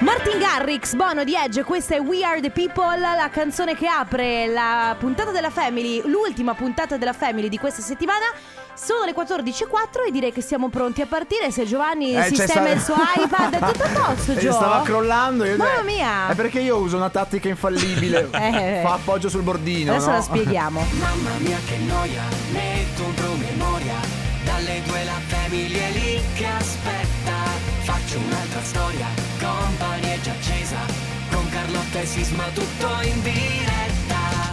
Martin Garrix, Bono di Edge, questa è We Are the People, la canzone che apre la puntata della Family, l'ultima puntata della Family di questa settimana. Sono le 14.04 e direi che siamo pronti a partire. Se Giovanni Eh, c'è sistema sta- il suo iPad, è tutto a posto, Eh, Gio. Stava crollando. Io... Mamma eh, mia. È perché io uso una tattica infallibile. Eh. Fa appoggio sul bordino. Adesso no? la spieghiamo. Mamma mia che noia, metto un promemoria Dalle due la famiglia è lì che aspetta Faccio un'altra storia, company è già accesa Con Carlotta e Sisma tutto in diretta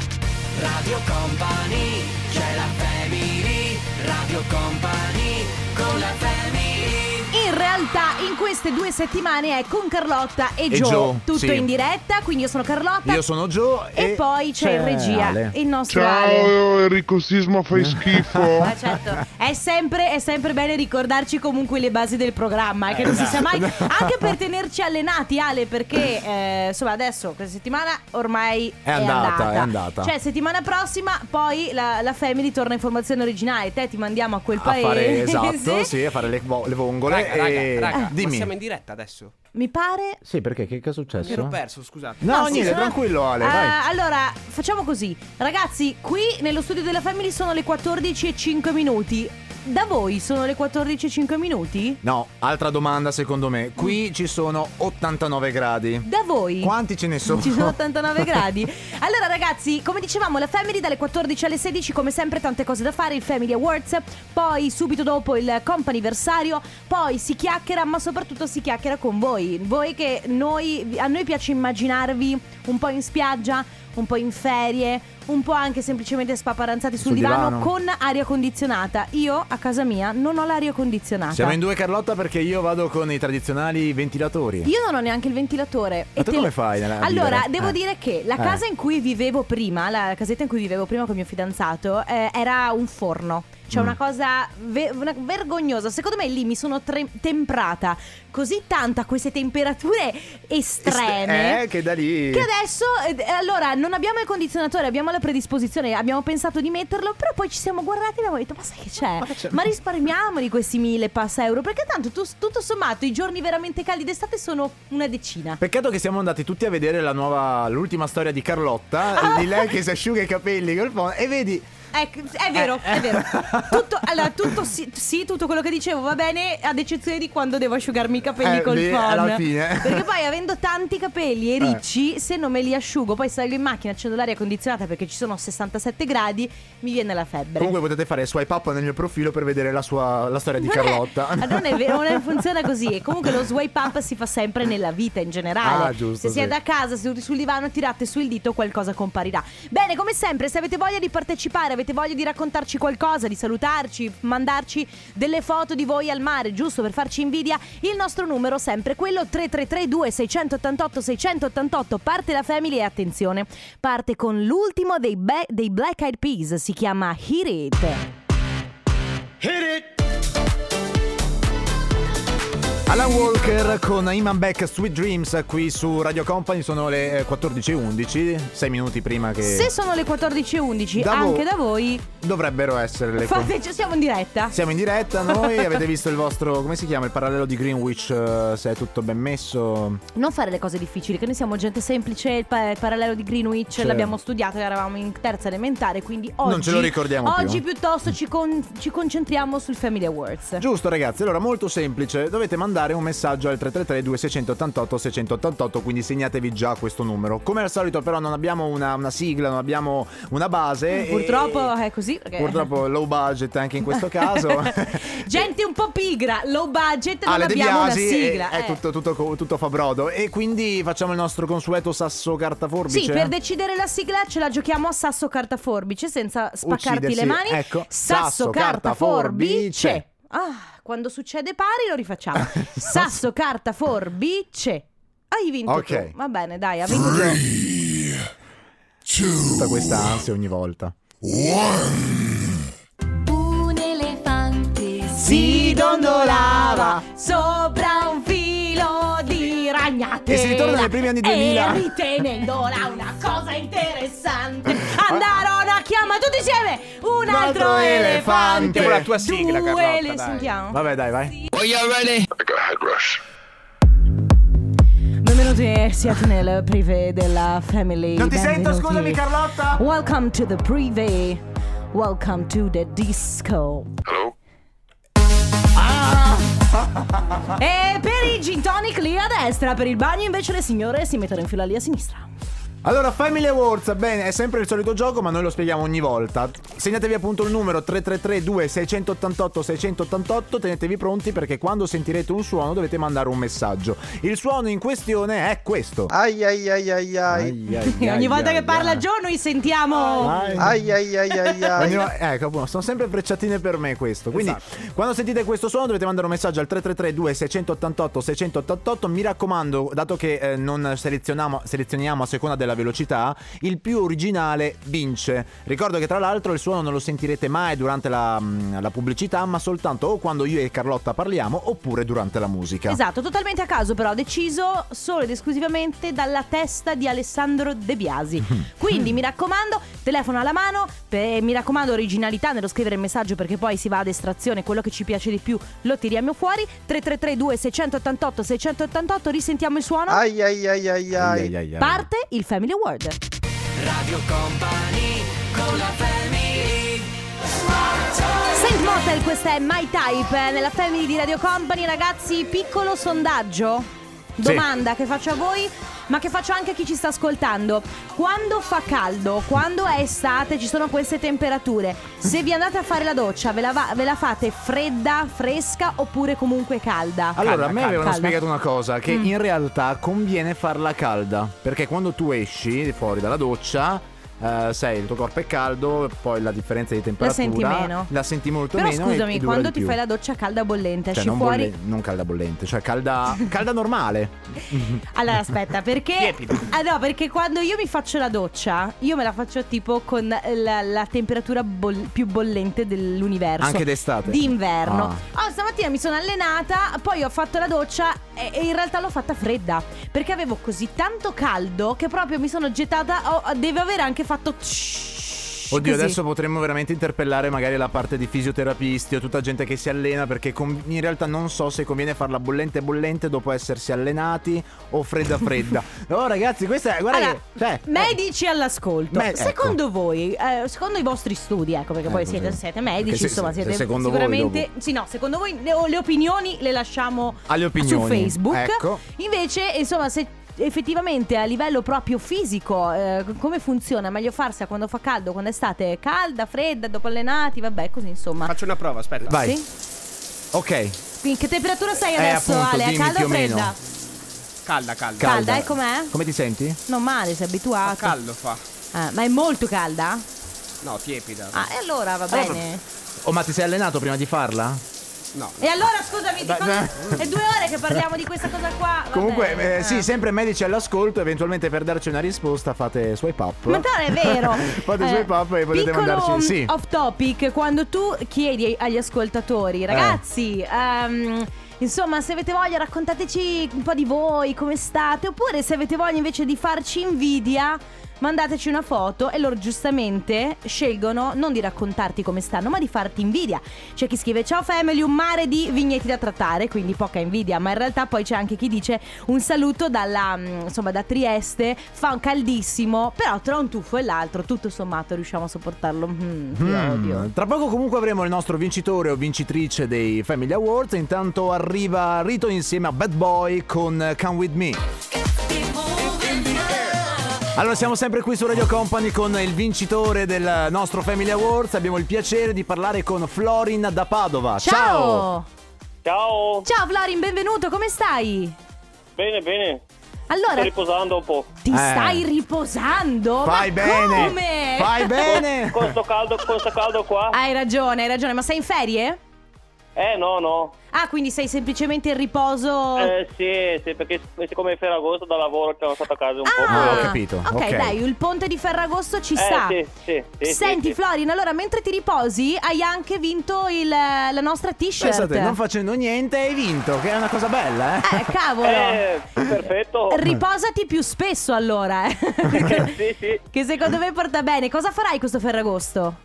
Radio Company, c'è la family Radio Company, con la family In realtà in queste due settimane è con Carlotta e, E Gio, Gio, tutto sì. in diretta, quindi io sono Carlotta Io sono Joe. e, E, Cioè, poi c'è in regia Ale. il nostro Ale. Ciao Enrico Sisma, fai schifo. Ma certo, è sempre, è sempre bene ricordarci comunque le basi del programma, eh, che non si Esatto. sa mai, anche per tenerci allenati Ale, perché eh, insomma adesso questa settimana ormai è, È andata, è andata. Cioè settimana prossima poi la, la Family torna in formazione originale, te ti mandiamo a quel A paese. fare esatto, sì, a fare le, vo- le vongole. Raga, raga, e... raga, ma eh, Dimmi. siamo in diretta adesso. Mi pare... Sì, perché che, che è Mi successo? ero perso, scusate. No, sì, niente, sono- tranquillo Ale, Ah, vai. Allora, facciamo così. Ragazzi, qui nello studio della Family sono le 14 e 5 minuti. Da voi sono le 14 e 5 minuti? No, altra domanda secondo me. Qui ci sono 89 gradi. Da voi? Quanti ce ne sono? Ci sono 89 gradi. Allora, ragazzi, come dicevamo, la Family dalle 14 alle 16, come sempre, tante cose da fare. Il Family Awards, poi subito dopo il companiversario, poi si chiacchiera, ma soprattutto si chiacchiera con voi. Voi che noi, a noi piace immaginarvi un po' in spiaggia, un po' in ferie, un po' anche semplicemente spaparanzati sul, Sul divano, divano. con aria condizionata. Io a casa mia non ho l'aria condizionata. Siamo in due Carlotta perché io vado con i tradizionali ventilatori. Io non ho neanche il ventilatore. Ma tu te- come fai nella- a Allora, vivere? devo Eh. dire che la Eh. casa in cui vivevo prima, la casetta in cui vivevo prima con mio fidanzato, eh, era un forno. Cioè, Mm. una cosa ve- una- vergognosa. Secondo me lì mi sono tre- temprata così tanto a queste temperature estreme. Eh, che da lì. Che adesso, eh, allora, non abbiamo il condizionatore, abbiamo la predisposizione, abbiamo pensato di metterlo, però poi ci siamo guardati e abbiamo detto, ma sai che c'è? Ma che c'è?" Ma risparmiamoli questi mille passa euro, perché tanto tu- tutto sommato i giorni veramente caldi d'estate sono una decina. Peccato che siamo andati tutti a vedere la nuova, l'ultima storia di Carlotta, di lei che si asciuga i capelli col phon- e vedi, Ecco, è vero, Eh, eh. è vero. Tutto, allora, tutto sì, sì, tutto quello che dicevo va bene, ad eccezione di quando devo asciugarmi i capelli Eh, col lì, phon. alla fine. Eh. Perché poi avendo tanti capelli e ricci, se non me li asciugo, poi salgo in macchina, accendo l'aria condizionata perché ci sono 67 gradi, mi viene la febbre. comunque potete fare swipe up nel mio profilo per vedere la, sua, la storia di Non è- Carlotta. Ah, non è vero, non è- funziona così. E comunque lo swipe up si fa sempre nella vita in generale. Ah, giusto, se sì. siete a casa, seduti sul divano, tirate sul dito, qualcosa comparirà. Bene, come sempre, se avete voglia di partecipare, avete voglia di raccontarci qualcosa, di salutarci, mandarci delle foto di voi al mare, giusto per farci invidia, il nostro numero sempre quello 3332 688 688 parte la family e attenzione. Parte con l'ultimo dei, be- dei Black Eyed Peas, si chiama Hit It. Alan Walker con Iman Beck Sweet Dreams qui su Radio Company sono le eh, 14.11, 6 minuti prima che Se sono le 14.11 Eh. Da vo- anche da voi, dovrebbero essere le fate, ci siamo in diretta. Siamo in diretta noi, avete visto il vostro, come si chiama, il parallelo di Greenwich, eh, se è tutto ben messo. Non fare le cose difficili, che noi siamo gente semplice, il, pa- il parallelo di Greenwich Certo. l'abbiamo studiato, eravamo in terza elementare, quindi oggi... Non ce lo ricordiamo più. Oggi piuttosto ci, con- ci concentriamo sul Family Awards. Giusto ragazzi, allora molto semplice, dovete mandare un messaggio al 333 2688 688, quindi segnatevi già questo numero. Come al solito però non abbiamo una, una sigla, non abbiamo una base. e- Mm, Purtroppo è così, perché- Eh, Purtroppo low budget anche in questo caso. gente un po' pigra, low budget, non Ale De abbiamo Biasi una sigla. è, è eh. tutto, tutto, co- tutto fa brodo e quindi facciamo il nostro consueto sasso carta forbice. Sì, per decidere la sigla ce la giochiamo a sasso carta forbice senza spaccarti Uccidersi, le mani. ecco. Sasso, Sasso, carta, carta, forbice. forbice. Ah, quando succede pari lo rifacciamo. sasso carta forbice. Hai vinto Ok. tu. Va bene, dai, ha vinto tu. tutta questa ansia ogni volta. Un elefante Si dondolava sopra un filo di ragnatela E si ritorna nei primi anni 2000. E ritenendola una cosa interessante Andarono a chiamare tutti insieme Un Ah. Un altro altro, elefante elefante. Mettiamo la tua sigla, Due Carlotta, le- dai. sentiamo. Vabbè, dai, vai. Are you ready? Non E siete nel privé della family. Non ti sento, Benvenuti. scusami, Carlotta. Welcome to the privé. Welcome to the disco. Ah! E per i gin tonic lì a destra, per il bagno invece le signore si mettono in fila lì a sinistra. Allora, Family Awards, bene, è sempre il solito gioco, ma noi lo spieghiamo ogni volta. Segnatevi appunto il numero 333-2688-688, tenetevi pronti perché quando sentirete un suono dovete mandare un messaggio. Il suono in questione è questo. Ai ai ai ai ai. Ogni volta che parla Joe noi sentiamo... Ah, Ai ai ai ai ai. Ogni vo- Ecco, appunto, sono sempre frecciatine per me questo. Quindi, quando sentite questo suono, dovete mandare un messaggio al 333-2688-688. Mi raccomando, dato che eh, non selezioniamo, selezioniamo a seconda della velocità, il più originale vince. Ricordo che, tra l'altro, il suono non lo sentirete mai durante la, mh, la pubblicità, ma soltanto o quando io e Carlotta parliamo oppure durante la musica. Esatto, totalmente a caso però, deciso solo ed esclusivamente dalla testa di Alessandro De Biasi. Mhm. Quindi mi raccomando, telefono alla mano, pe- mi raccomando originalità nello scrivere il messaggio perché poi si va ad estrazione, quello che ci piace di più lo tiriamo fuori. 3332 688 688, risentiamo il suono. Ai ai ai ai Ai, ai. ai, ai, ai. Parte il Family Award. Radio Company con la family Saint Motel, questa è My Type eh, nella Family di Radio Company, ragazzi, piccolo sondaggio. Domanda che faccio a voi, ma che faccio anche a chi ci sta ascoltando. Quando fa caldo, quando è estate, ci sono queste temperature. Se vi andate a fare la doccia, ve la, va- ve la fate fredda, fresca oppure comunque calda? Allora, a calda, me Mm. avevano calda. spiegato una cosa, che in realtà conviene farla calda, perché quando tu esci fuori dalla doccia, eh, sai, il tuo corpo è caldo, poi la differenza di La temperatura senti meno. la senti molto Però meno. e- e scusami, dura quando di ti più. fai la doccia calda o bollente, Cioè, esci non, fuori. bolle- non calda bollente, cioè calda, calda normale. Allora aspetta, perché Ah no, perché quando io mi faccio la doccia, io me la faccio tipo con la, la temperatura boll- più bollente dell'universo. Anche d'estate. Ah. D'inverno. Oh, stamattina mi sono allenata, poi ho fatto la doccia e, e in realtà l'ho fatta fredda, perché avevo così tanto caldo che proprio mi sono gettata oh, deve aver anche fatto Oddio, così. adesso potremmo veramente interpellare magari la parte di fisioterapisti o tutta gente che si allena perché con- in realtà non so se conviene farla bollente bollente dopo essersi allenati o fredda fredda. oh ragazzi, questa è guarda Allora, che cioè, medici all'ascolto, Me- ecco. secondo voi, eh, secondo i vostri studi, ecco perché poi Ecco, siete, sì. siete Perché medici, se- insomma se- siete se secondo voi sicuramente... sì, no, secondo voi le, le opinioni le lasciamo Alle opinioni. su Facebook. Ecco. Invece, insomma, se effettivamente a livello proprio fisico eh, come funziona, meglio farsi quando fa caldo, quando è estate calda, fredda, dopo allenati, vabbè, così insomma. Faccio una prova, aspetta. Vai. Sì? Ok. Quindi che temperatura sei Eh, adesso, appunto, Ale? È dimmi calda più o o meno. fredda? Calda, calda. Calda, eh, com'è? Come ti senti? Non male, sei Ma abituato. caldo fa. Ah, ma è molto calda? No, tiepida. Ah, e allora va Allora, bene. Oh, ma ti sei allenato prima di farla? No. E allora scusami, ti Beh, faccio- beh. è due ore che parliamo di questa cosa qua. vabbè. Comunque, eh, sì, Eh. sempre medici all'ascolto. Eventualmente per darci una risposta, fate swipe up. Ma non è vero. fate Eh, swipe up e potete piccolo, mandarci. Sì. mm, Off topic, quando tu chiedi ai- agli Eh. ascoltatori, ragazzi, ehm, Insomma, se avete voglia raccontateci un po' di voi, come state, oppure se avete voglia invece di farci invidia, mandateci una foto e loro giustamente scelgono non di raccontarti come stanno, ma di farti invidia. C'è chi scrive ciao family, un mare di vigneti da trattare, quindi poca invidia, ma in realtà poi c'è anche chi dice un saluto dalla, mm, insomma, da Trieste, fa un caldissimo, però tra un tuffo e l'altro, tutto sommato riusciamo a sopportarlo. Mm, ti odio. Mm. Tra poco comunque avremo il nostro vincitore o vincitrice dei Family Awards. Intanto arriva Rito insieme a Bad Boy con eh, Come With Me. Allora siamo sempre qui su Radio Company con il vincitore del nostro Family Awards. Abbiamo il piacere di parlare con Florin da Padova. Ciao! Ciao, Ciao Florin, benvenuto, come stai? bene, bene. Sto Allora, riposando un po'. ti Eh. stai riposando? Fai Ma bene! Come? Fai bene! Con sto caldo, con sto caldo qua. Hai ragione, hai ragione, ma sei in ferie? Eh no, no. Ah, quindi sei semplicemente in riposo. Eh sì, sì, perché siccome è Ferragosto da lavoro sono stato a casa un po'. Ah, Ah, ho capito, Ok, ok. dai, il ponte di Ferragosto ci Eh, sta. sì, sì, sì, sì, Senti, sì. Florin, allora mentre ti riposi, hai anche vinto il- la nostra t-shirt. Pensate, non facendo niente hai vinto, che è una cosa bella, eh? Eh, cavolo. Eh, perfetto. Riposati più spesso allora, eh. sì, sì. che secondo me porta bene. Cosa farai questo Ferragosto?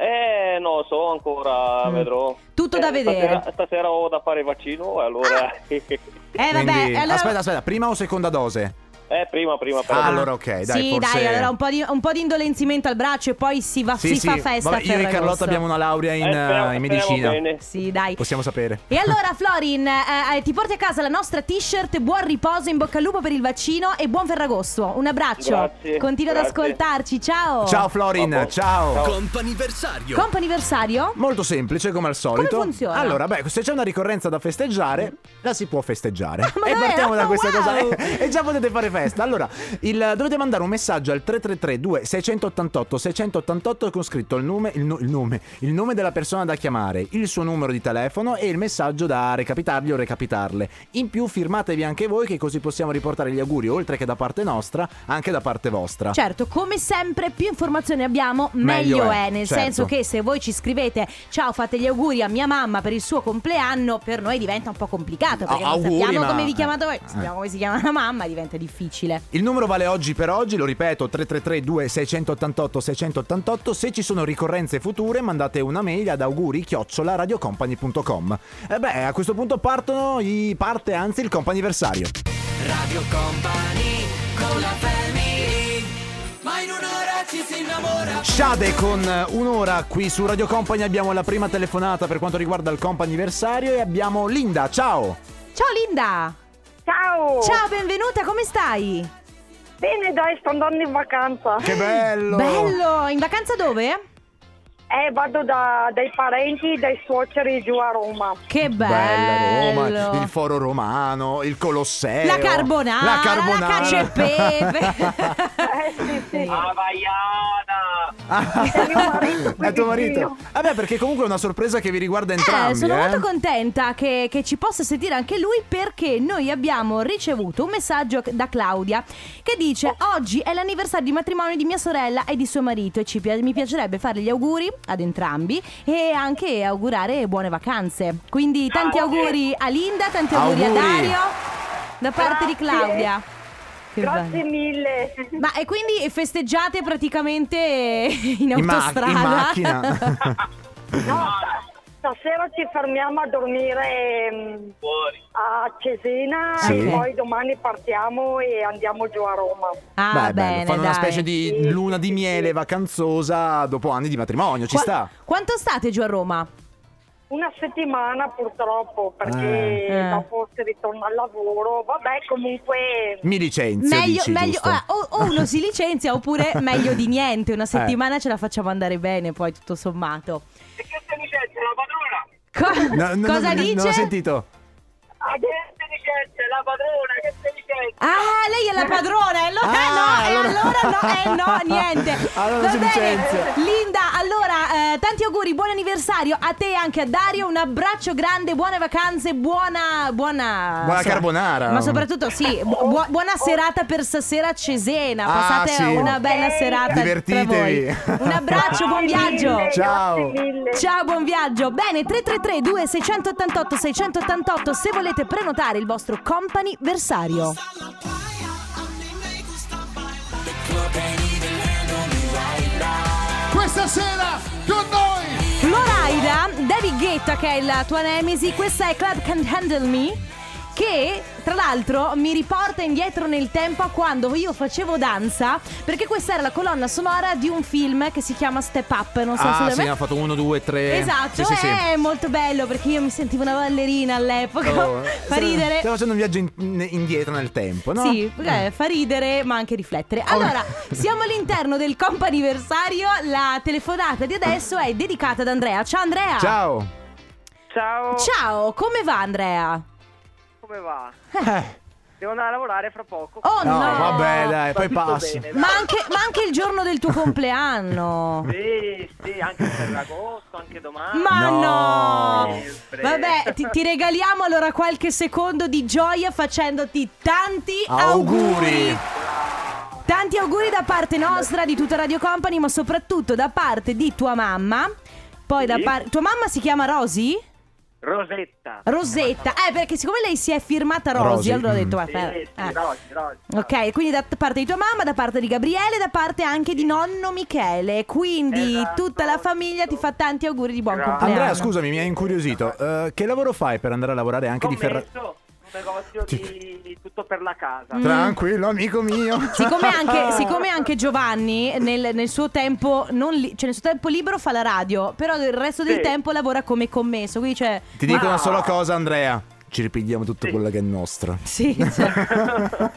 Eh, non so ancora, vedrò. Mm. Tutto Eh, da vedere. Stasera, stasera ho da fare il vaccino, allora... Eh vabbè, Quindi- allora Aspetta, aspetta, prima o seconda dose? Eh, prima, prima, però. Ah, allora ok, dai, sì, forse... dai, allora un po, di, un po' di indolenzimento al braccio e poi si, va, Sì, si sì, fa festa. vabbè, a io e Ferragosto. Carlotta abbiamo una laurea in, Eh, speriamo- eh, in speriamo medicina. bene. Sì, dai. Possiamo sapere. E allora, Florin, eh, eh, ti porti a casa la nostra t-shirt. Buon riposo, in bocca al lupo per il vaccino e buon Ferragosto. Un abbraccio. Grazie, Continua ad grazie. ascoltarci. Ciao. Ciao Florin, Vabbè. ciao. Ciao. Comp'anniversario Comp'anniversario? Molto semplice come al solito. Come funziona? Allora, beh, se c'è una ricorrenza da festeggiare, la si può festeggiare. Ah, ma e davvero? partiamo da questa Wow! cosa. e già potete fare festa. Allora, il- dovete mandare un messaggio al 333 2688 688 con scritto il nome, il, nu- il nome, il nome della persona da chiamare, il suo numero di telefono e il messaggio da recapitargli o recapitarle. In più firmatevi anche voi che così possiamo riportare gli auguri, oltre che da parte nostra, anche da parte vostra. Certo, come sempre, più informazioni abbiamo, Meglio meglio, è, è. Nel certo. senso che se voi ci scrivete ciao, fate gli auguri a mia mamma per il suo compleanno, per noi diventa un po' complicato. Perché Ah, non auguri, sappiamo ma- come vi chiamate voi, eh. sappiamo come si chiama la mamma, diventa difficile. Il numero vale oggi per oggi, lo ripeto, 333-2688-688. Se ci sono ricorrenze future, mandate una mail ad auguri radiocompany.com. E beh, a questo punto partono i- parte anzi il comp'anniversario. Radio Company con la family Ma in un'ora ci si innamora Shade con eh, un'ora qui su Radio Company abbiamo la prima telefonata per quanto riguarda il comp'anniversario e abbiamo Linda, ciao! Ciao Oh. Linda! Ciao! Ciao, benvenuta, come stai? Bene dai, sto andando in vacanza. Che bello! Bello! In vacanza dove? Eh, vado da- dai parenti, dai suoceri giù a Roma. Che bello! Bella Roma, il foro romano, il Colosseo, La carbonara, la carbonara, la cacio e Eh, pepe. sì, sì. Avaiana! Ah, È mio marito, è tuo quindi marito. io. Vabbè, perché comunque è una sorpresa che vi riguarda entrambi. Eh, sono eh. molto contenta che, che ci possa sentire anche lui perché noi abbiamo ricevuto un messaggio da Claudia che dice oggi è l'anniversario di matrimonio di mia sorella e di suo marito e ci pi- mi piacerebbe fare gli auguri ad entrambi e anche augurare buone vacanze. Quindi tanti auguri a Linda, tanti auguri, a Auguri. Dario da parte di Grazie. Claudia. Che bello. Grazie mille. Ma e quindi festeggiate praticamente in In, ma- autostrada? in macchina. No, sta- stasera ci fermiamo a dormire ehm, Fuori. a Cesena Sì. e poi domani partiamo e andiamo giù a Roma. ah, Beh, bello, bene, fanno una dai. specie di luna di miele vacanzosa dopo anni di matrimonio, ci Qua- sta. Quanto state giù a Roma? Una settimana purtroppo perché Eh. Eh. dopo si ritorna al lavoro. Vabbè, comunque... Mi licenzio, meglio, dici, meglio giusto? Eh. ah, o, o uno si licenzia oppure meglio di niente. Una settimana ce la facciamo andare bene, poi tutto sommato. E che se licenzia la padrona? Co- Eh. No, no, cosa no, no, dice? Non ho sentito. Che se licenzia la padrona? Che se licenzia? Ah, lei è la padrona, e allora Ah, no, e allora allora- no, eh no, niente. Allora Va si bene. licenzia. Linda, allora, eh, tanti auguri, buon anniversario a te e anche a Dario, un abbraccio grande, buone vacanze, buona... Buona, Buona carbonara. Ah, Ma soprattutto sì, bu- bu- buona serata per stasera a Cesena, Ah, passate sì. una bella Ok. serata tra Divertitevi. voi. Un abbraccio, buon Grazie viaggio. mille, Ciao. Grazie mille. Ciao, buon viaggio. Bene, 333 2688 688 se volete prenotare il vostro company versario. Questa sera con noi Floraida, David Guetta che è la tua nemesi, questa è Club Can't Handle Me che tra l'altro mi riporta indietro nel tempo a quando io facevo danza perché questa era la colonna sonora di un film che si chiama Step Up, non so se Ah, l'hai sì, mai- ne ha fatto uno, due, tre. Esatto, Sì, sì, sì. è molto bello perché io mi sentivo una ballerina all'epoca. Oh, Fa stiamo- ridere. Stiamo facendo un viaggio in- indietro nel tempo, no? Oh. Sì, eh, fa ridere ma anche riflettere. Allora, siamo all'interno del comp'anniversario. La telefonata di adesso è dedicata ad Andrea. Ciao Andrea! Ciao. Ciao, Ciao, come va Andrea? come va? Devo andare a lavorare fra poco. Eh. Oh no! vabbè, dai, Va poi tutto passi. bene, dai. Ma anche, ma anche il giorno del tuo compleanno. Sì, sì, anche per agosto, anche domani. Ma no! No. Sempre. Vabbè, ti, ti regaliamo allora qualche secondo di gioia facendoti tanti Auguri. auguri. Tanti auguri da parte nostra, di tutta Radio Company, ma soprattutto da parte di tua mamma. Poi da Sì. parte. Tua mamma si chiama Rosy? Rosetta. Rosetta. Eh, perché siccome lei si è firmata Rosy, Rosy, allora ho detto. Sì, guarda, Mm. sì, eh. Rosy, Rosy. Ok, quindi da parte di tua mamma, da parte di Gabriele, da parte anche di nonno Michele. Quindi Esatto, tutta la famiglia ti fa tanti auguri di buon Grazie. compleanno. Andrea, scusami, mi hai incuriosito. Eh, che lavoro fai per andare a lavorare anche di Ferrari? Commesso, negozio di tutto per la casa. Tranquillo, amico mio. Mm. Siccome anche, siccome anche Giovanni nel, nel suo tempo non li- cioè nel suo tempo libero fa la radio, però il resto del Sì. tempo lavora come commesso, quindi cioè c'è Ti dico Ma- una sola cosa, Andrea. Ci ripigliamo tutto quello che è nostro. sì, cioè. Ma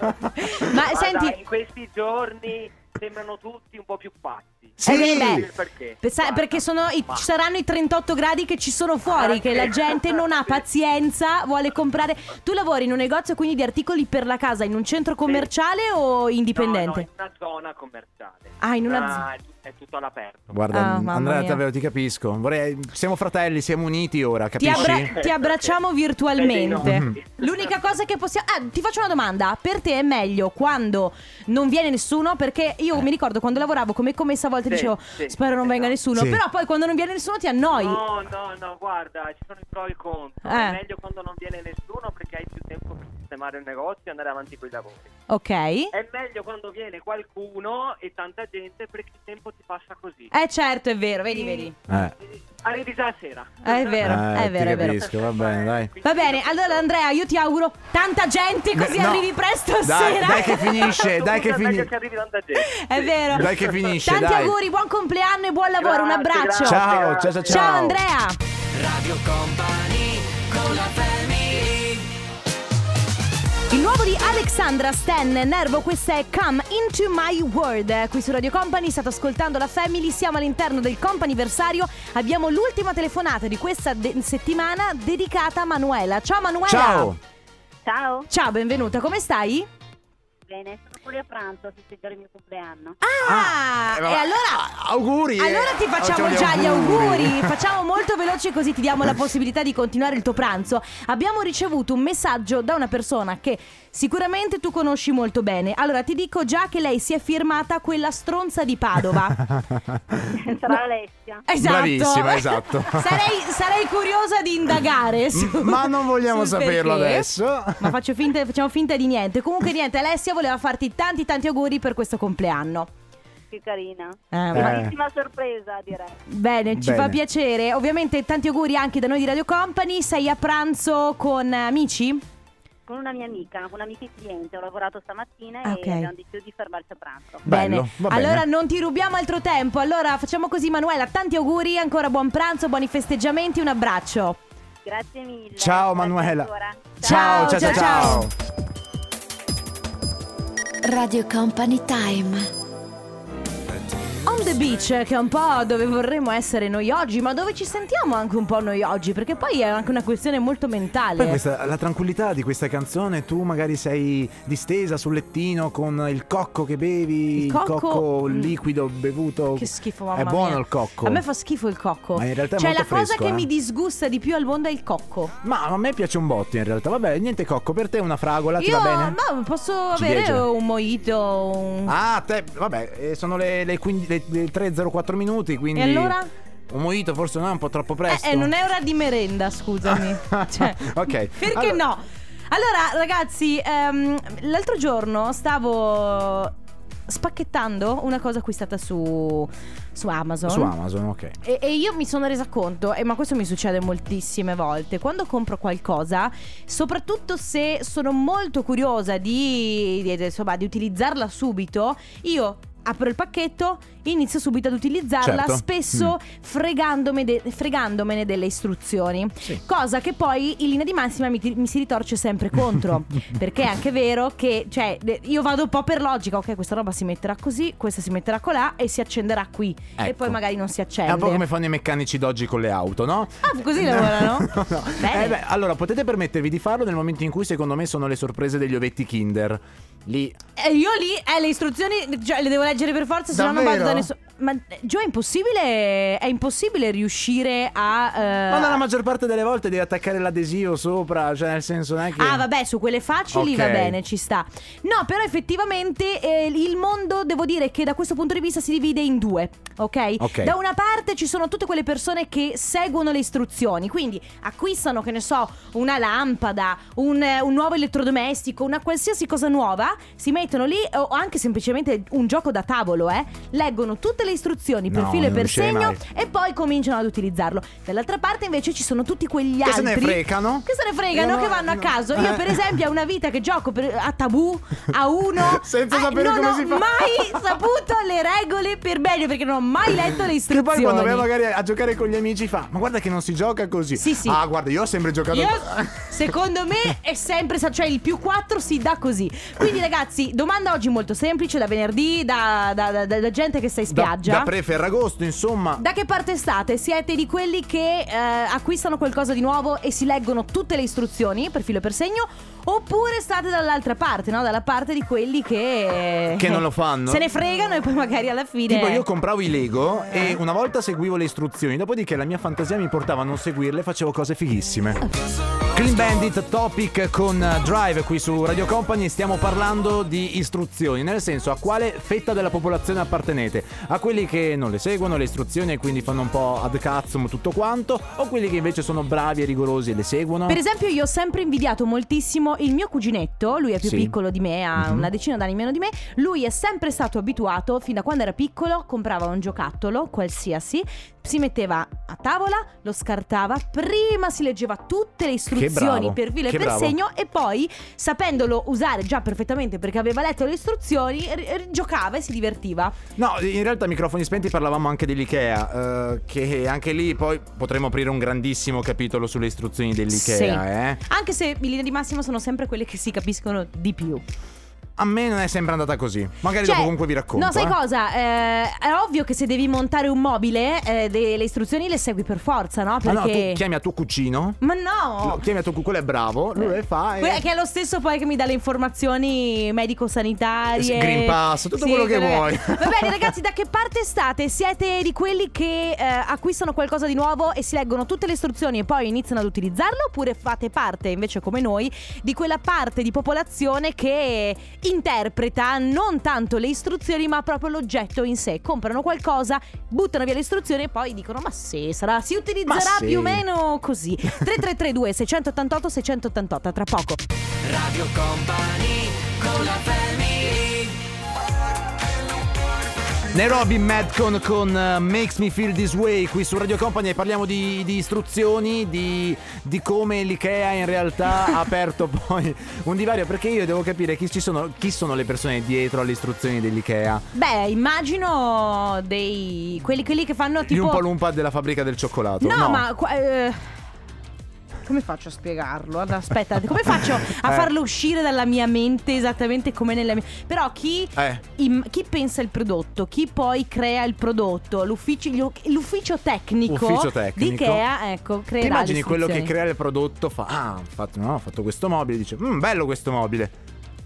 Ma senti, Ah, dai, in questi giorni sembrano tutti un po' più pazzi. Sì! eh, beh, Il perché? Pe- sai, Guarda. perché sono i- Ma- ci saranno i 38 gradi che ci sono fuori, Ah, che la sì. gente non ha Sì. pazienza, vuole comprare. Tu lavori in un negozio quindi di articoli per la casa, in un centro commerciale o No, no, indipendente? in una zona commerciale. Ah, in una Ah, è tutto all'aperto. Guarda, Ah, mamma Andrea, mia. davvero ti capisco. Vorrei... Siamo fratelli, siamo uniti ora, Ti, capisci? Eh. abbra- ti abbracciamo virtualmente. Mm-hmm. Mm-hmm. L'unica cosa che possiamo. Ah, ti faccio una domanda. Per te è meglio quando non viene nessuno? Perché io mi ricordo quando lavoravo come commessa a volte Eh. Sì, dicevo: sì, Spero non venga esatto. nessuno. Sì. Però poi quando non viene nessuno ti annoi. No, no, no, guarda, ci sono i pro e i contro. Eh. È meglio quando non viene nessuno perché hai più tempo per sistemare il negozio e andare avanti con i lavori. Ok. Eh, È meglio quando viene qualcuno e tanta gente perché il tempo ti passa così. certo, è vero. Vedi, Sì. vedi. Eh, Arrivi già a sera. Eh, è vero, eh, è vero, ti è vero. capisco, va bene, dai. Va bene, allora Andrea, io ti auguro tanta gente così No. arrivi presto a Dai, sera. dai che finisce, dai che Comunque è meglio finisce. che arrivi tanta gente. È vero. Dai che finisce, Tanti dai. auguri, buon compleanno e buon lavoro. Un Grazie, abbraccio. grazie, Ciao, grazie. ciao, ciao, Ciao Andrea. Il nuovo di Alexandra Stan Nervo, questa è Come Into My World. Qui su Radio Company state ascoltando la Family, siamo all'interno del companiversario. Abbiamo l'ultima telefonata di questa de- settimana dedicata a Manuela. Ciao Manuela. Ciao. Ciao, Ciao, benvenuta, come stai? bene, sono pure a pranzo a festeggiare il mio compleanno. Ah, e allora Ah, auguri. eh. Allora ti facciamo Facciamo già gli auguri. Facciamo molto veloce così ti diamo la possibilità di continuare il tuo pranzo. Abbiamo ricevuto un messaggio da una persona che sicuramente tu conosci molto bene. Allora ti dico già che lei si è firmata quella stronza di Padova. Eh, Sarà Alessia. Esatto. Bravissima, esatto. Mm, sarei, sarei curiosa di indagare. su- Ma non vogliamo sul saperlo perché. adesso. Ma faccio finta, facciamo finta di niente. Comunque niente, Alessia voleva farti tanti tanti auguri per questo compleanno. Che carina. Eh, Eh. Bellissima sorpresa, direi. Bene, ci Bene. fa piacere. Ovviamente tanti auguri anche da noi di Radio Company. Sei a pranzo con eh, amici? Con una mia amica, un'amica e cliente, ho lavorato stamattina Ah, ok. e abbiamo deciso di fermarci a pranzo. Bello, bene. va bene. Allora non ti rubiamo altro tempo. Allora facciamo così Manuela, tanti auguri, ancora buon pranzo, buoni festeggiamenti, un abbraccio. Grazie mille. Ciao, Grazie Manuela. ancora. Ciao, ciao, ciao, ciao. ciao. ciao. Radio Company Time. On the beach, che è un po' dove vorremmo essere noi oggi, ma dove ci sentiamo anche un po' noi oggi, perché poi è anche una questione molto Poi mentale. questa- la tranquillità di questa canzone, tu magari sei distesa sul lettino con il cocco che bevi, Il il cocco- cocco, Mm. liquido bevuto. Che schifo, mamma È buono mia. il cocco. A me fa schifo il cocco. Ma in realtà è cioè molto la cosa fresco, che eh. mi disgusta di più al mondo è il cocco. Ma a me piace un botto in realtà. Vabbè, niente cocco, per te una fragola ti Io va bene? ma posso avere Ciliegia. un mojito, un... Ah, te, vabbè, eh, sono le, le, 15 le- le 3.04 minuti, quindi... E allora? Un mojito forse no, è un po' troppo presto. Eh, eh, non è ora di merenda, scusami. Cioè, Ok, Perché allora- no? Allora, ragazzi, ehm, l'altro giorno stavo spacchettando una cosa acquistata su, su Amazon. Su Amazon, ok. E, e io mi sono resa conto, e ma questo mi succede moltissime volte, quando compro qualcosa, soprattutto se sono molto curiosa di, di- di- insomma, di utilizzarla subito, io apro il pacchetto, inizio subito ad utilizzarla, Certo. spesso fregandomi de- fregandomene delle istruzioni. Sì. Cosa che poi in linea di massima mi, ti- mi si ritorce sempre contro. perché è anche vero che, cioè, de- io vado un po' per logica, ok, questa roba si metterà così, questa si metterà colà e si accenderà qui. E Ecco. poi magari non si accende. È un po' come fanno i meccanici d'oggi con le auto, no? Ah, così lavorano? No, no. Bene. Eh beh, allora, potete permettervi di farlo nel momento in cui, secondo me, sono le sorprese degli ovetti Kinder. Lì. Eh, io lì eh, le istruzioni cioè, le devo leggere per forza, se no non vado Davvero? da nessuno. Ma eh, Gio, è impossibile, è impossibile riuscire a. eh, Ma nella maggior parte delle volte devi attaccare l'adesivo sopra, cioè nel senso non è che. Ah, vabbè, su quelle facili Ok. va bene, ci sta. No, però effettivamente eh, il mondo, devo dire che da questo punto di vista si divide in due, ok? Ok. Da una parte ci sono tutte quelle persone che seguono le istruzioni, quindi acquistano, che ne so, una lampada, un, eh, un nuovo elettrodomestico, una qualsiasi cosa nuova, si mettono lì o anche semplicemente un gioco da tavolo, eh? Leggono risalgono tutte le istruzioni per No, filo e non per riuscirei segno mai. e poi cominciano ad utilizzarlo. Dall'altra parte invece ci sono tutti quegli Che se altri ne fregano? che se ne fregano, Io no, che vanno a no. caso. Eh. Io per esempio è una vita che gioco per- a tabù, a uno, Senza eh, sapere non come ho si fa. mai saputo le regole per meglio perché non ho mai letto le Che istruzioni. poi quando vai magari a giocare con gli amici fa Ma guarda che non si gioca così Sì, sì. Ah guarda io ho sempre giocato Io, così secondo me è sempre, cioè il più 4 si dà così. Quindi ragazzi, domanda oggi molto semplice, da venerdì, da, da- da- da- da gente che sta in Da, spiaggia. da pre-Ferragosto insomma Da che parte state? Siete di quelli che eh, acquistano qualcosa di nuovo e si leggono tutte le istruzioni per filo e per segno? Oppure state dall'altra parte, no? Dalla parte di quelli che... Che non lo fanno. Se ne fregano e poi magari alla fine... Tipo io compravo i Lego e una volta seguivo le istruzioni, dopodiché la mia fantasia mi portava a non seguirle, facevo cose fighissime. Clean Bandit Topic con eh, Drive qui su Radio Company stiamo parlando di istruzioni, nel senso a quale fetta della popolazione appartenete? A quelli che non le seguono le istruzioni e quindi fanno un po' ad cazzum tutto quanto o quelli che invece sono bravi e rigorosi e le seguono? Per esempio, io ho sempre invidiato moltissimo il mio cuginetto. Lui è più Sì. Mhm. piccolo di me, ha una decina d'anni meno di me. Lui è sempre stato abituato, fin da quando era piccolo, comprava un giocattolo qualsiasi, si metteva a tavola, lo scartava. Prima si leggeva tutte le bravo, istruzioni per filo e che per bravo. segno, e poi, sapendolo usare già perfettamente perché aveva letto le istruzioni, r- r- giocava e si divertiva. No, in realtà a microfoni spenti parlavamo anche dell'IKEA, eh, che anche lì poi potremmo aprire un grandissimo capitolo sulle istruzioni dell'IKEA, Sì. eh. Anche se in linea di massima sono sempre quelle che si capiscono di più. A me non è sempre andata così. Magari Cioè, dopo comunque vi racconto. No, sai eh. cosa? Eh, è ovvio che se devi montare un mobile, eh, de- le istruzioni le segui per forza, no? Ma Ah, no, Perché. tu chiami a tuo cucino. Ma no! No, chiami a tuo cucino, quello è bravo, lui le fa. eh. Que- E... che è lo stesso poi che mi dà le informazioni medico-sanitarie Sì, Green Pass, tutto quello che vuoi. Va bene ragazzi, da che parte state? Siete di quelli che eh, acquistano qualcosa di nuovo e si leggono tutte le istruzioni e poi iniziano ad utilizzarlo? Oppure fate parte, invece come noi, di quella parte di popolazione che interpreta non tanto le istruzioni ma proprio l'oggetto in sé? Comprano qualcosa, buttano via le istruzioni e poi dicono ma se sarà, si utilizzerà sì." più o meno così. 3332 688 688 tra poco. Radio Company con la family Nairobi Madcon con eh, Makes Me Feel This Way qui su Radio Company e parliamo di, di istruzioni, di, di come l'IKEA in realtà ha aperto poi un divario. Perché io devo capire chi, ci sono, chi sono le persone dietro alle istruzioni dell'IKEA. Beh, immagino dei. quelli, quelli che fanno Gli tipo. un po' lumpa della fabbrica del cioccolato. no, ma. qua- eh, Come faccio a spiegarlo? Allora, Aspetta, come faccio a Eh. farlo uscire dalla mia mente esattamente come nella mia. Però chi, Eh. im- chi pensa il prodotto, chi poi crea il prodotto, l'ufficio, gli- l'ufficio tecnico, Ufficio tecnico. di Ikea, ecco, Ti creerà le immagini quello che istruzioni. crea il prodotto fa Ah, ho fatto, no, ho fatto questo mobile Dice, mmm, bello questo mobile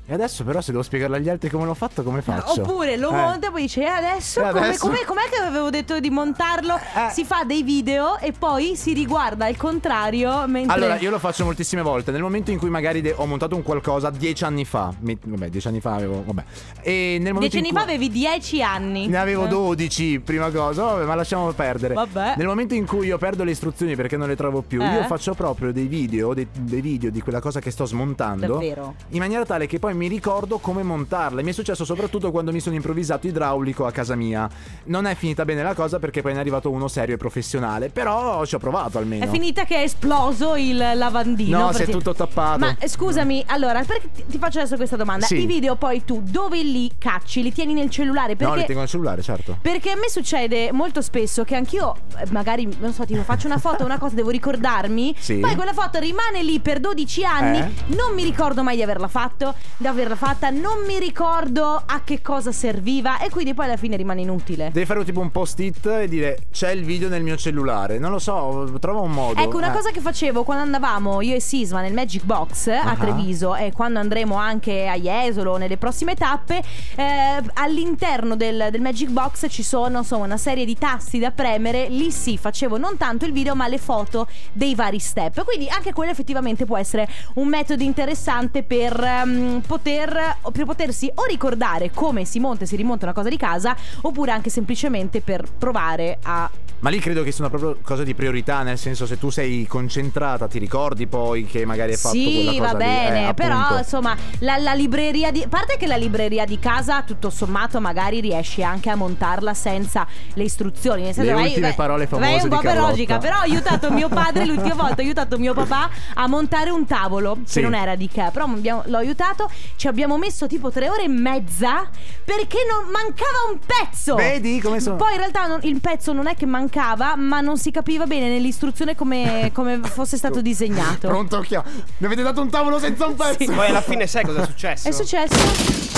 E adesso però se devo spiegarlo agli altri come l'ho fatto, come faccio? Oppure lo Eh. monta e poi dice "E adesso, E come- adesso?" Come, com'è che avevo detto di montarlo? Eh. Si fa dei video e poi si riguarda al contrario mentre... Allora, io lo faccio moltissime volte. Nel momento in cui magari de- ho montato un qualcosa dieci anni fa, mi- vabbè, dieci anni fa avevo, vabbè. E nel Dieci momento in anni cui- fa avevi 10 anni. Ne avevo Eh. 12, prima cosa, vabbè, ma lasciamo perdere. Vabbè. Nel momento in cui io perdo le istruzioni perché non le trovo più, Eh. io faccio proprio dei video, dei, dei video di quella cosa che sto smontando. Davvero? In maniera tale che poi mi ricordo come montarla. Mi è successo soprattutto quando mi sono improvvisato idraulico a casa mia. Non è finita bene la cosa perché poi ne è arrivato uno serio e professionale. Però ci ho provato almeno. È finita che è esploso il lavandino. No, perché- si è tutto tappato. Ma eh, scusami, allora, perché ti, ti faccio adesso questa domanda? Sì. I video poi tu dove li cacci? Li tieni nel cellulare? Perché No, le tengo nel cellulare, certo. Perché a me succede molto spesso che anch'io, eh, magari, non so, tipo faccio una foto, una cosa, devo ricordarmi. Sì. Poi quella foto rimane lì per 12 anni. Eh. Non mi ricordo mai di averla fatto, di averla fatta, non mi ricordo a che cosa serviva. E quindi poi alla fine rimane inutile. Devi fare tipo un post-it e dire c'è il video nel mio cellulare. Non lo so, trova un modo. Ecco, una Eh. cosa che facevo quando andavamo io e Sisma nel Magic Box eh, a Ah. Treviso e quando andremo anche a Jesolo nelle prossime tappe, eh, all'interno del, del Magic Box ci sono insomma una serie di tasti da premere. Lì sì, facevo non tanto il video ma le foto dei vari step. Quindi anche quello effettivamente può essere un metodo interessante per ehm, poter, per potersi o ricordare come si monta e si rimonta una cosa di casa, oppure anche semplicemente per provare a Ma lì credo che sia una proprio cosa di priorità, nel senso se tu sei concentrata ti ricordi poi che magari hai fatto quella Sì, cosa va lì. bene, Eh, però appunto. insomma, la, la libreria di a parte che la libreria di casa, tutto sommato, magari riesci anche a montarla senza le istruzioni. Nel senso, Le vai- ultime vai- parole famose vai un di po' per Carlotta. logica, però ho aiutato mio padre l'ultima volta, ho aiutato mio papà a montare un tavolo Sì. che non era di Ikea, però abbiamo- l'ho aiutato, ci abbiamo messo tipo tre ore e mezza perché non mancava un pezzo. Vedi come sono? Poi in realtà non- il pezzo non è che mancava, ma non si capiva bene nell'istruzione come, come fosse stato disegnato. Pronto, chi ha- Mi avete dato un tavolo senza un pezzo. Poi alla fine sai cosa è successo? È successo?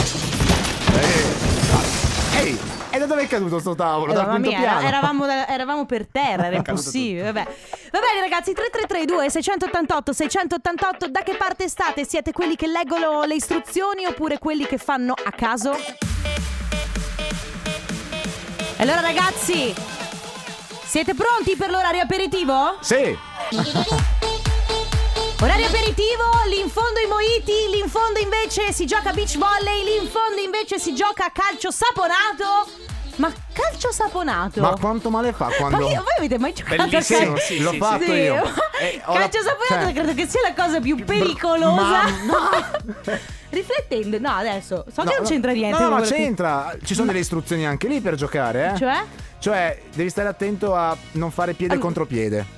Ehi, e da dove è caduto sto Eh, tavolo? Dal Allora, Eh, mamma quinto mia, piano. era- eravamo, da- eravamo per terra, era È caduto impossibile. Vabbè. Va bene, ragazzi, 3332 688 688, da che parte state? Siete quelli che leggono le istruzioni oppure quelli che fanno a caso? E Allora, ragazzi, siete pronti per l'orario aperitivo? Sì. Orario aperitivo, lì in fondo i moiti, lì in fondo invece si gioca beach volley, lì in fondo invece si gioca a calcio saponato. Ma calcio saponato? Ma quanto male fa quando... Ma che- voi avete mai giocato a Bellissimo, calcio? sì, l'ho fatto io. ma- Eh, ho la- calcio saponato cioè- credo che sia la cosa più pericolosa. Riflettendo, no, adesso so che non c'entra niente. No, no, con ma quello che- c'entra. Ci sono delle istruzioni anche lì per giocare, eh? Cioè? Cioè, devi stare attento a non fare piede contro piede. Mm.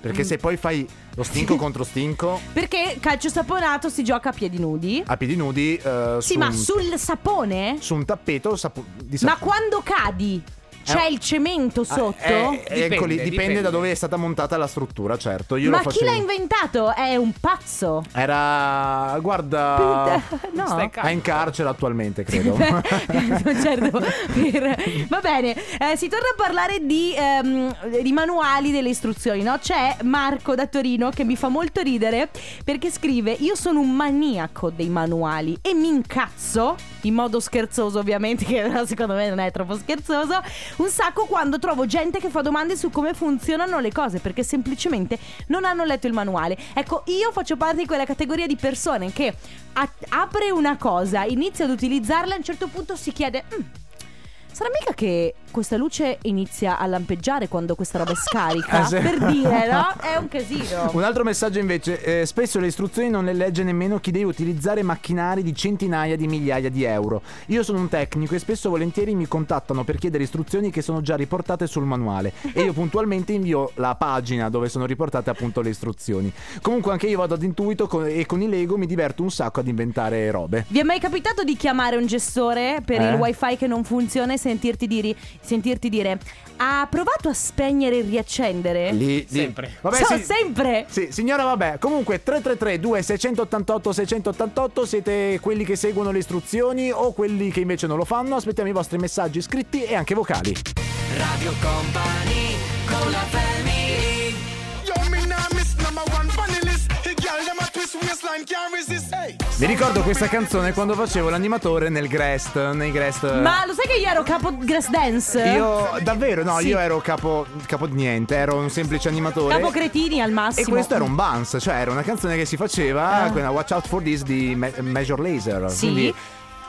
Perché se poi fai lo stinco contro stinco Perché calcio saponato si gioca a piedi nudi? a piedi nudi eh, Sì, su, ma un, sul sapone? su un tappeto sapo- di Ma sapone. quando cadi c'è Eh, il cemento sotto? Eh, ecco lì, Dipende, dipende, dipende. da dove è stata montata la struttura, certo. Io ma lo chi facevo. l'ha inventato? È un pazzo. Era. Guarda. No. È in carcere attualmente, credo. certo, per- va bene. Eh, si torna a parlare di, ehm, di manuali delle istruzioni, no? C'è Marco da Torino che mi fa molto ridere perché scrive: Io sono un maniaco dei manuali e mi incazzo. In modo scherzoso, ovviamente, che però, secondo me non è troppo scherzoso. Un sacco quando trovo gente che fa domande su come funzionano le cose perché semplicemente non hanno letto il manuale. Ecco, io faccio parte di quella categoria di persone che a- apre una cosa, inizia ad utilizzarla, a un certo punto si chiede... "Mm, Sarà mica che questa luce inizia a lampeggiare quando questa roba è scarica? Ah, sì. Per dire, no? È un casino. Un altro messaggio invece, eh, spesso le istruzioni non le legge nemmeno chi deve utilizzare macchinari di centinaia di migliaia di euro. Io sono un tecnico e spesso e volentieri mi contattano per chiedere istruzioni che sono già riportate sul manuale e io puntualmente invio la pagina dove sono riportate appunto le istruzioni. Comunque anche io vado ad intuito con- e con i Lego mi diverto un sacco ad inventare robe. Vi è mai capitato di chiamare un gestore per Eh? il wifi che non funziona e sentirti, diri- sentirti dire ha provato a spegnere e riaccendere? Lì, Sempre. Vabbè, Ciao, sì- sempre! Sì, signora, vabbè. Comunque 333 2688 688 siete quelli che seguono le istruzioni o quelli che invece non lo fanno. Aspettiamo i vostri messaggi scritti e anche vocali. Radio Company con la family Yo, me nah miss number one funny list. He girl them a twist waistline, can't resist. Hey. Vi ricordo questa canzone quando facevo l'animatore nel Grest, nei Grest. Ma lo sai che io ero capo grass dance? Eh. io davvero no, Sì. io ero capo capo di niente, ero un semplice animatore. Capo cretini al e massimo. questo era un bounce, cioè era una canzone che si faceva, Ah. quella Watch Out for This di Me- Major Laser. Sì. Quindi Eh.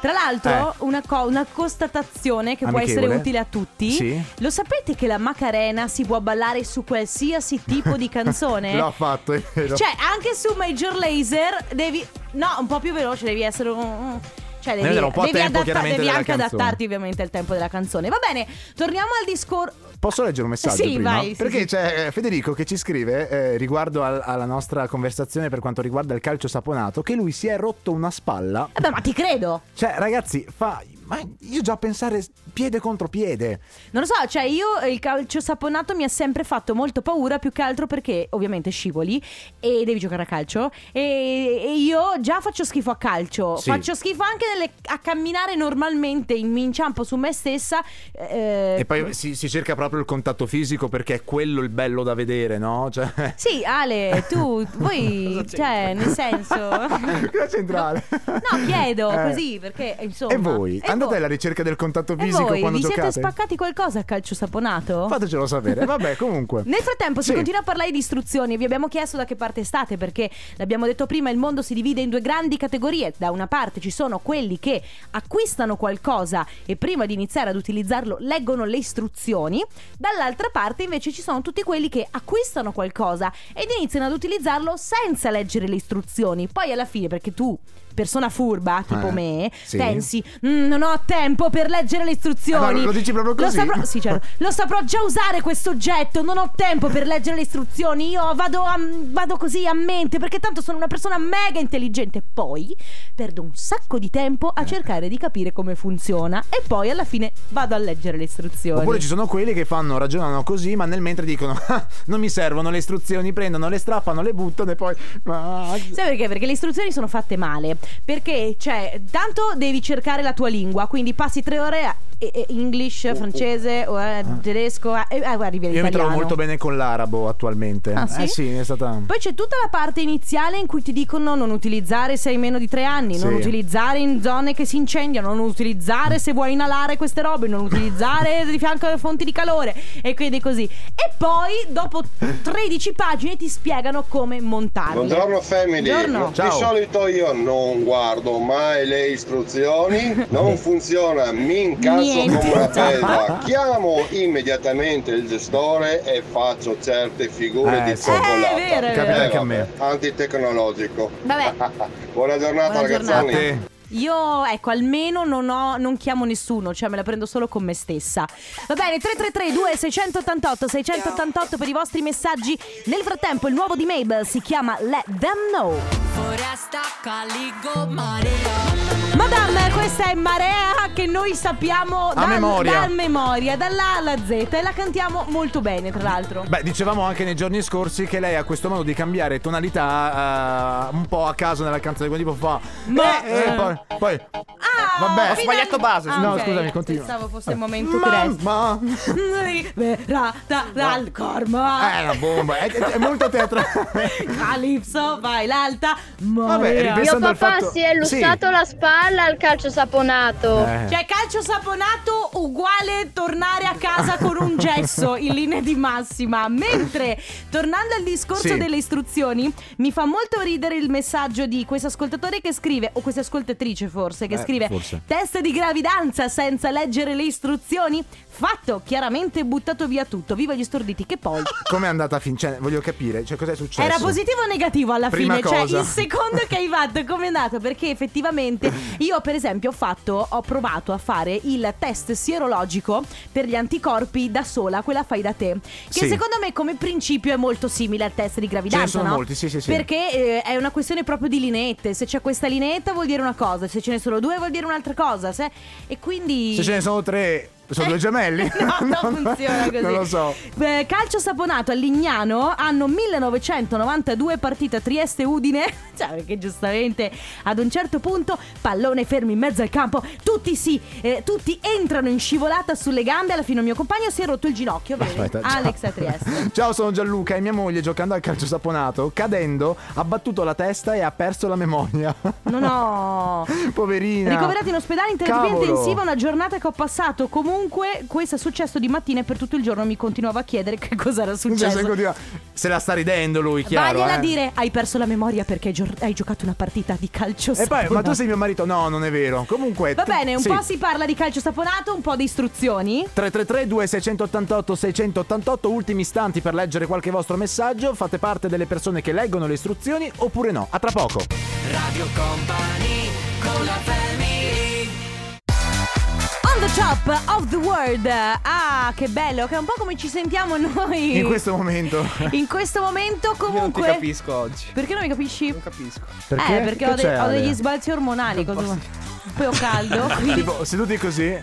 Tra l'altro, una, co- una constatazione che può Amichevole. essere utile a tutti. Sì. Lo sapete che la Macarena si può ballare su qualsiasi tipo di canzone? l'ho fatto, è vero. Cioè, anche su Major Laser devi. No, un po' più veloce, devi essere un. Cioè, devi, Devi avere un po' a devi tempo, adatta- chiaramente, devi della anche canzone. adattarti ovviamente al tempo della canzone. Va bene, torniamo al discorso. Posso leggere un messaggio Sì, prima? vai, sì, Perché sì. c'è eh, Federico che ci scrive eh, riguardo al- alla nostra conversazione per quanto riguarda il calcio saponato che lui si è rotto una spalla. Vabbè, ma ti credo. Cioè, ragazzi, fa ma io già a pensare s- piede contro piede. Non lo so, cioè io eh, il calcio saponato mi ha sempre fatto molto paura, più che altro perché ovviamente scivoli e devi giocare a calcio e, e io già faccio schifo a calcio, Sì. faccio schifo anche nelle- a camminare normalmente, in- mi inciampo su me stessa. eh, E poi si, si cerca proprio il contatto fisico perché è quello il bello da vedere, no? Cioè Sì, Ale, tu, voi, cioè, nel senso... Cosa c'entrale? No, chiedo Eh. così perché insomma. E voi? Andate andate alla ricerca del contatto E fisico voi quando vi giocate? siete spaccati qualcosa a calcio saponato? Fatecelo sapere. Vabbè, comunque. Nel frattempo si Sì. continua a parlare di istruzioni e vi abbiamo chiesto da che parte state perché l'abbiamo detto prima il mondo si divide in due grandi categorie. Da una parte ci sono quelli che acquistano qualcosa e prima di iniziare ad utilizzarlo leggono le istruzioni, dall'altra parte invece ci sono tutti quelli che acquistano qualcosa ed iniziano ad utilizzarlo senza leggere le istruzioni. Poi alla fine perché tu persona furba tipo Eh, me sì. pensi "Mm, non ho tempo per leggere le Ah, istruzioni Eh, ma lo dici proprio così? saprò- sì, certo. Lo saprò già usare questo oggetto, non ho tempo per leggere le istruzioni, io vado, a- vado così a mente perché tanto sono una persona mega intelligente. Poi perdo un sacco di tempo a cercare di capire come funziona e poi alla fine vado a leggere le istruzioni. Oppure ci sono quelli che fanno, ragionano così, ma nel mentre dicono: "Ah, Non mi servono le istruzioni, prendono, le strappano, le buttano e poi. Ma. Sai perché? Perché le istruzioni sono fatte male. Perché, cioè, tanto devi cercare la tua lingua, quindi passi tre ore a e- e- English, francese, o, eh, tedesco, eh, eh, arrivi all'italiano. Oh, Ah. Io mi trovo molto bene con l'arabo attualmente. Ah, sì? Eh sì, è stata. Poi c'è tutta la parte iniziale in cui ti dicono non utilizzare se hai meno di tre anni, non Sì. utilizzare in zone che si incendiano, non utilizzare se vuoi inalare queste robe, non utilizzare di fianco alle fonti di calore e quindi così. E poi dopo 13 pagine ti spiegano come montarle. Buongiorno family, Buongiorno. di solito io non guardo mai le istruzioni, non funziona, mi incazzo Niente. come una belva, chiamo immediatamente il gestore e faccio certe figure Eh, di sì. cioccolata, Eh, è vero, è Capita vero. anche a me. vabbè, antitecnologico. Vabbè. Buona giornata Buona ragazzoni. giornata. Io, ecco, almeno non, ho, non chiamo nessuno, cioè me la prendo solo con me stessa. Va bene, 333-2688-688 per i vostri messaggi. Nel frattempo, il nuovo di Mabel si chiama Let Them Know. Madame, questa è Marea che noi sappiamo A dal- memoria. dal memoria, dall'A alla Z e la cantiamo molto bene, tra l'altro. Beh, dicevamo anche nei giorni scorsi che lei ha questo modo di cambiare tonalità eh, un po' a caso nella canzone, quindi tipo fa. Ma- Eh, eh, poi. poi vabbè, ho sbagliato base. Ah, no, ok. scusami, continua. Eh. Pensavo fosse il momento Mamma. Liberata dal corpo. Eh, è una bomba. È, è- è molto teatrale. Calypso, vai l'alta. Vabbè, Vabbè, ripensando al Ah, fatto- Sì. la spalla al calcio saponato. Eh. Cioè, calcio saponato uguale tornare a casa con un gesso in linea di massima. Mentre, tornando al discorso Sì. delle istruzioni, mi fa molto ridere il messaggio di questo ascoltatore che scrive, o questa ascoltatrice forse, che Eh, scrive: forse. Test di gravidanza senza leggere le istruzioni? Fatto, chiaramente buttato via tutto. Viva gli storditi, che poi. Com'è andata a fin? Cioè, voglio capire, cioè, cos'è successo? Era positivo o negativo alla Prima fine? Cioè, cosa. il secondo che hai fatto, com'è andato? Perché effettivamente io, per esempio, ho fatto, ho provato a fare il test sierologico per gli anticorpi da sola, quella fai da te. Che Sì. secondo me come principio è molto simile al test di gravidanza. Ce ne sono no? molti, sì, sì, sì. Perché eh, è una questione proprio di lineette. Se c'è questa lineetta vuol dire una cosa, se ce ne sono due vuol dire un'altra cosa. se- E quindi. Se ce ne sono tre, sono due gemelli. Eh, No, non funziona così. Non lo so. Eh, Calcio saponato a Lignano, anno 1992, partita Trieste-Udine. Cioè, perché giustamente ad un certo punto, pallone fermo in mezzo al campo, tutti si, eh, tutti entrano in scivolata sulle gambe. Alla fine il mio compagno si è rotto il ginocchio. vedi? Aspetta, ciao. Alex a Trieste. Ciao, sono Gianluca e mia moglie giocando al calcio saponato, cadendo, ha battuto la testa e ha perso la memoria. No, no. Poverina. Ricoverato in ospedale in terapia Cavolo. intensiva una giornata che ho passato. Comunque, questo è successo di mattina e per tutto il giorno mi continuavo a chiedere che cosa era Cioè, successo. se continua- Se la sta ridendo lui, chiaro. Vagliela eh. a dire, hai perso la memoria perché hai, gior- hai giocato una partita di calcio E poi, saponato. ma tu sei mio marito? No, non è vero. Comunque. Va tu- bene, un sì. po' si parla di calcio saponato, un po' di istruzioni. 333 2688 688 ultimi istanti per leggere qualche vostro messaggio fate parte delle persone che leggono le istruzioni oppure no a tra poco Radio Company con la family. On the top of the world. Ah, che bello, che è un po' come ci sentiamo noi. in questo momento In questo momento Io non ti comunque... capisco oggi. Perché non mi capisci? Non capisco. Perché? Eh, perché Che ho, de- c'è, ho Ale? degli sbalzi ormonali. cosa- Poi ho caldo. quindi- tipo seduti così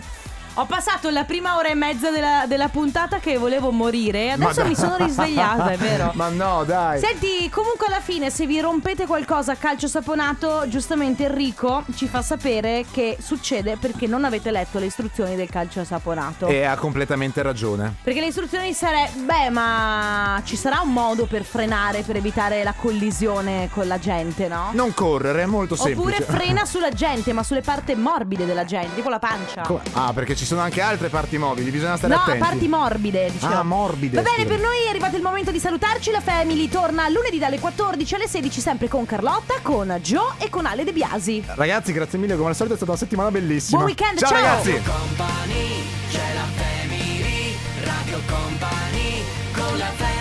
Ho passato la prima ora e mezza della, della puntata che volevo morire e adesso mi sono risvegliata, è vero. Ma no, dai. Senti, comunque alla fine se vi rompete qualcosa a calcio saponato, giustamente Enrico ci fa sapere che succede perché non avete letto le istruzioni del calcio saponato. E ha completamente ragione. Perché le istruzioni sarebbero, beh, ma ci sarà un modo per frenare, per evitare la collisione con la gente, no? Non correre, è molto Oppure semplice. frena sulla gente, ma sulle parti morbide della gente, tipo la pancia. Come- Ah, perché ci sono anche altre parti mobili, bisogna stare No, attenti. parti morbide, diciamo. Ah, morbide. Va bene, scusa. per noi è arrivato il momento di salutarci. La Family torna lunedì dalle 14 alle 16, sempre con Carlotta, con Joe e con Ale De Biasi. Ragazzi, grazie mille, come al solito è stata una settimana bellissima. Buon weekend, ciao. ciao. ragazzi. Company, c'è la family, Radio Company, con la family.